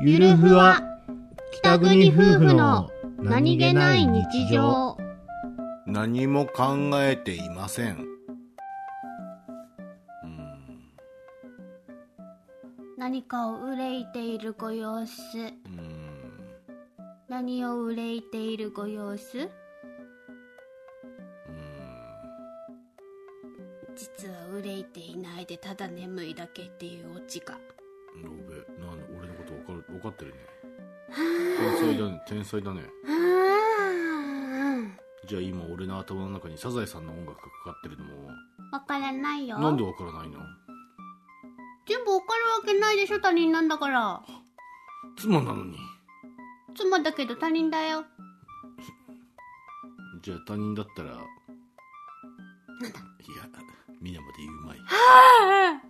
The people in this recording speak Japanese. ゆるふわ北国夫婦の何も考えていませんうん何かを憂いているご様子うん何を憂いているご様子実は憂いていないでただ眠いだけっていうオチがロベなんで俺のこと分かる分かってるね天才だね天才だねあーじゃあ今俺の頭の中にサザエさんの音楽がかかってるのもわからないよなんで分からないの全部わかるわけないでしょ他人なんだから妻なのに妻だけど他人だよじゃあ他人だったらいや皆まで言うまいあ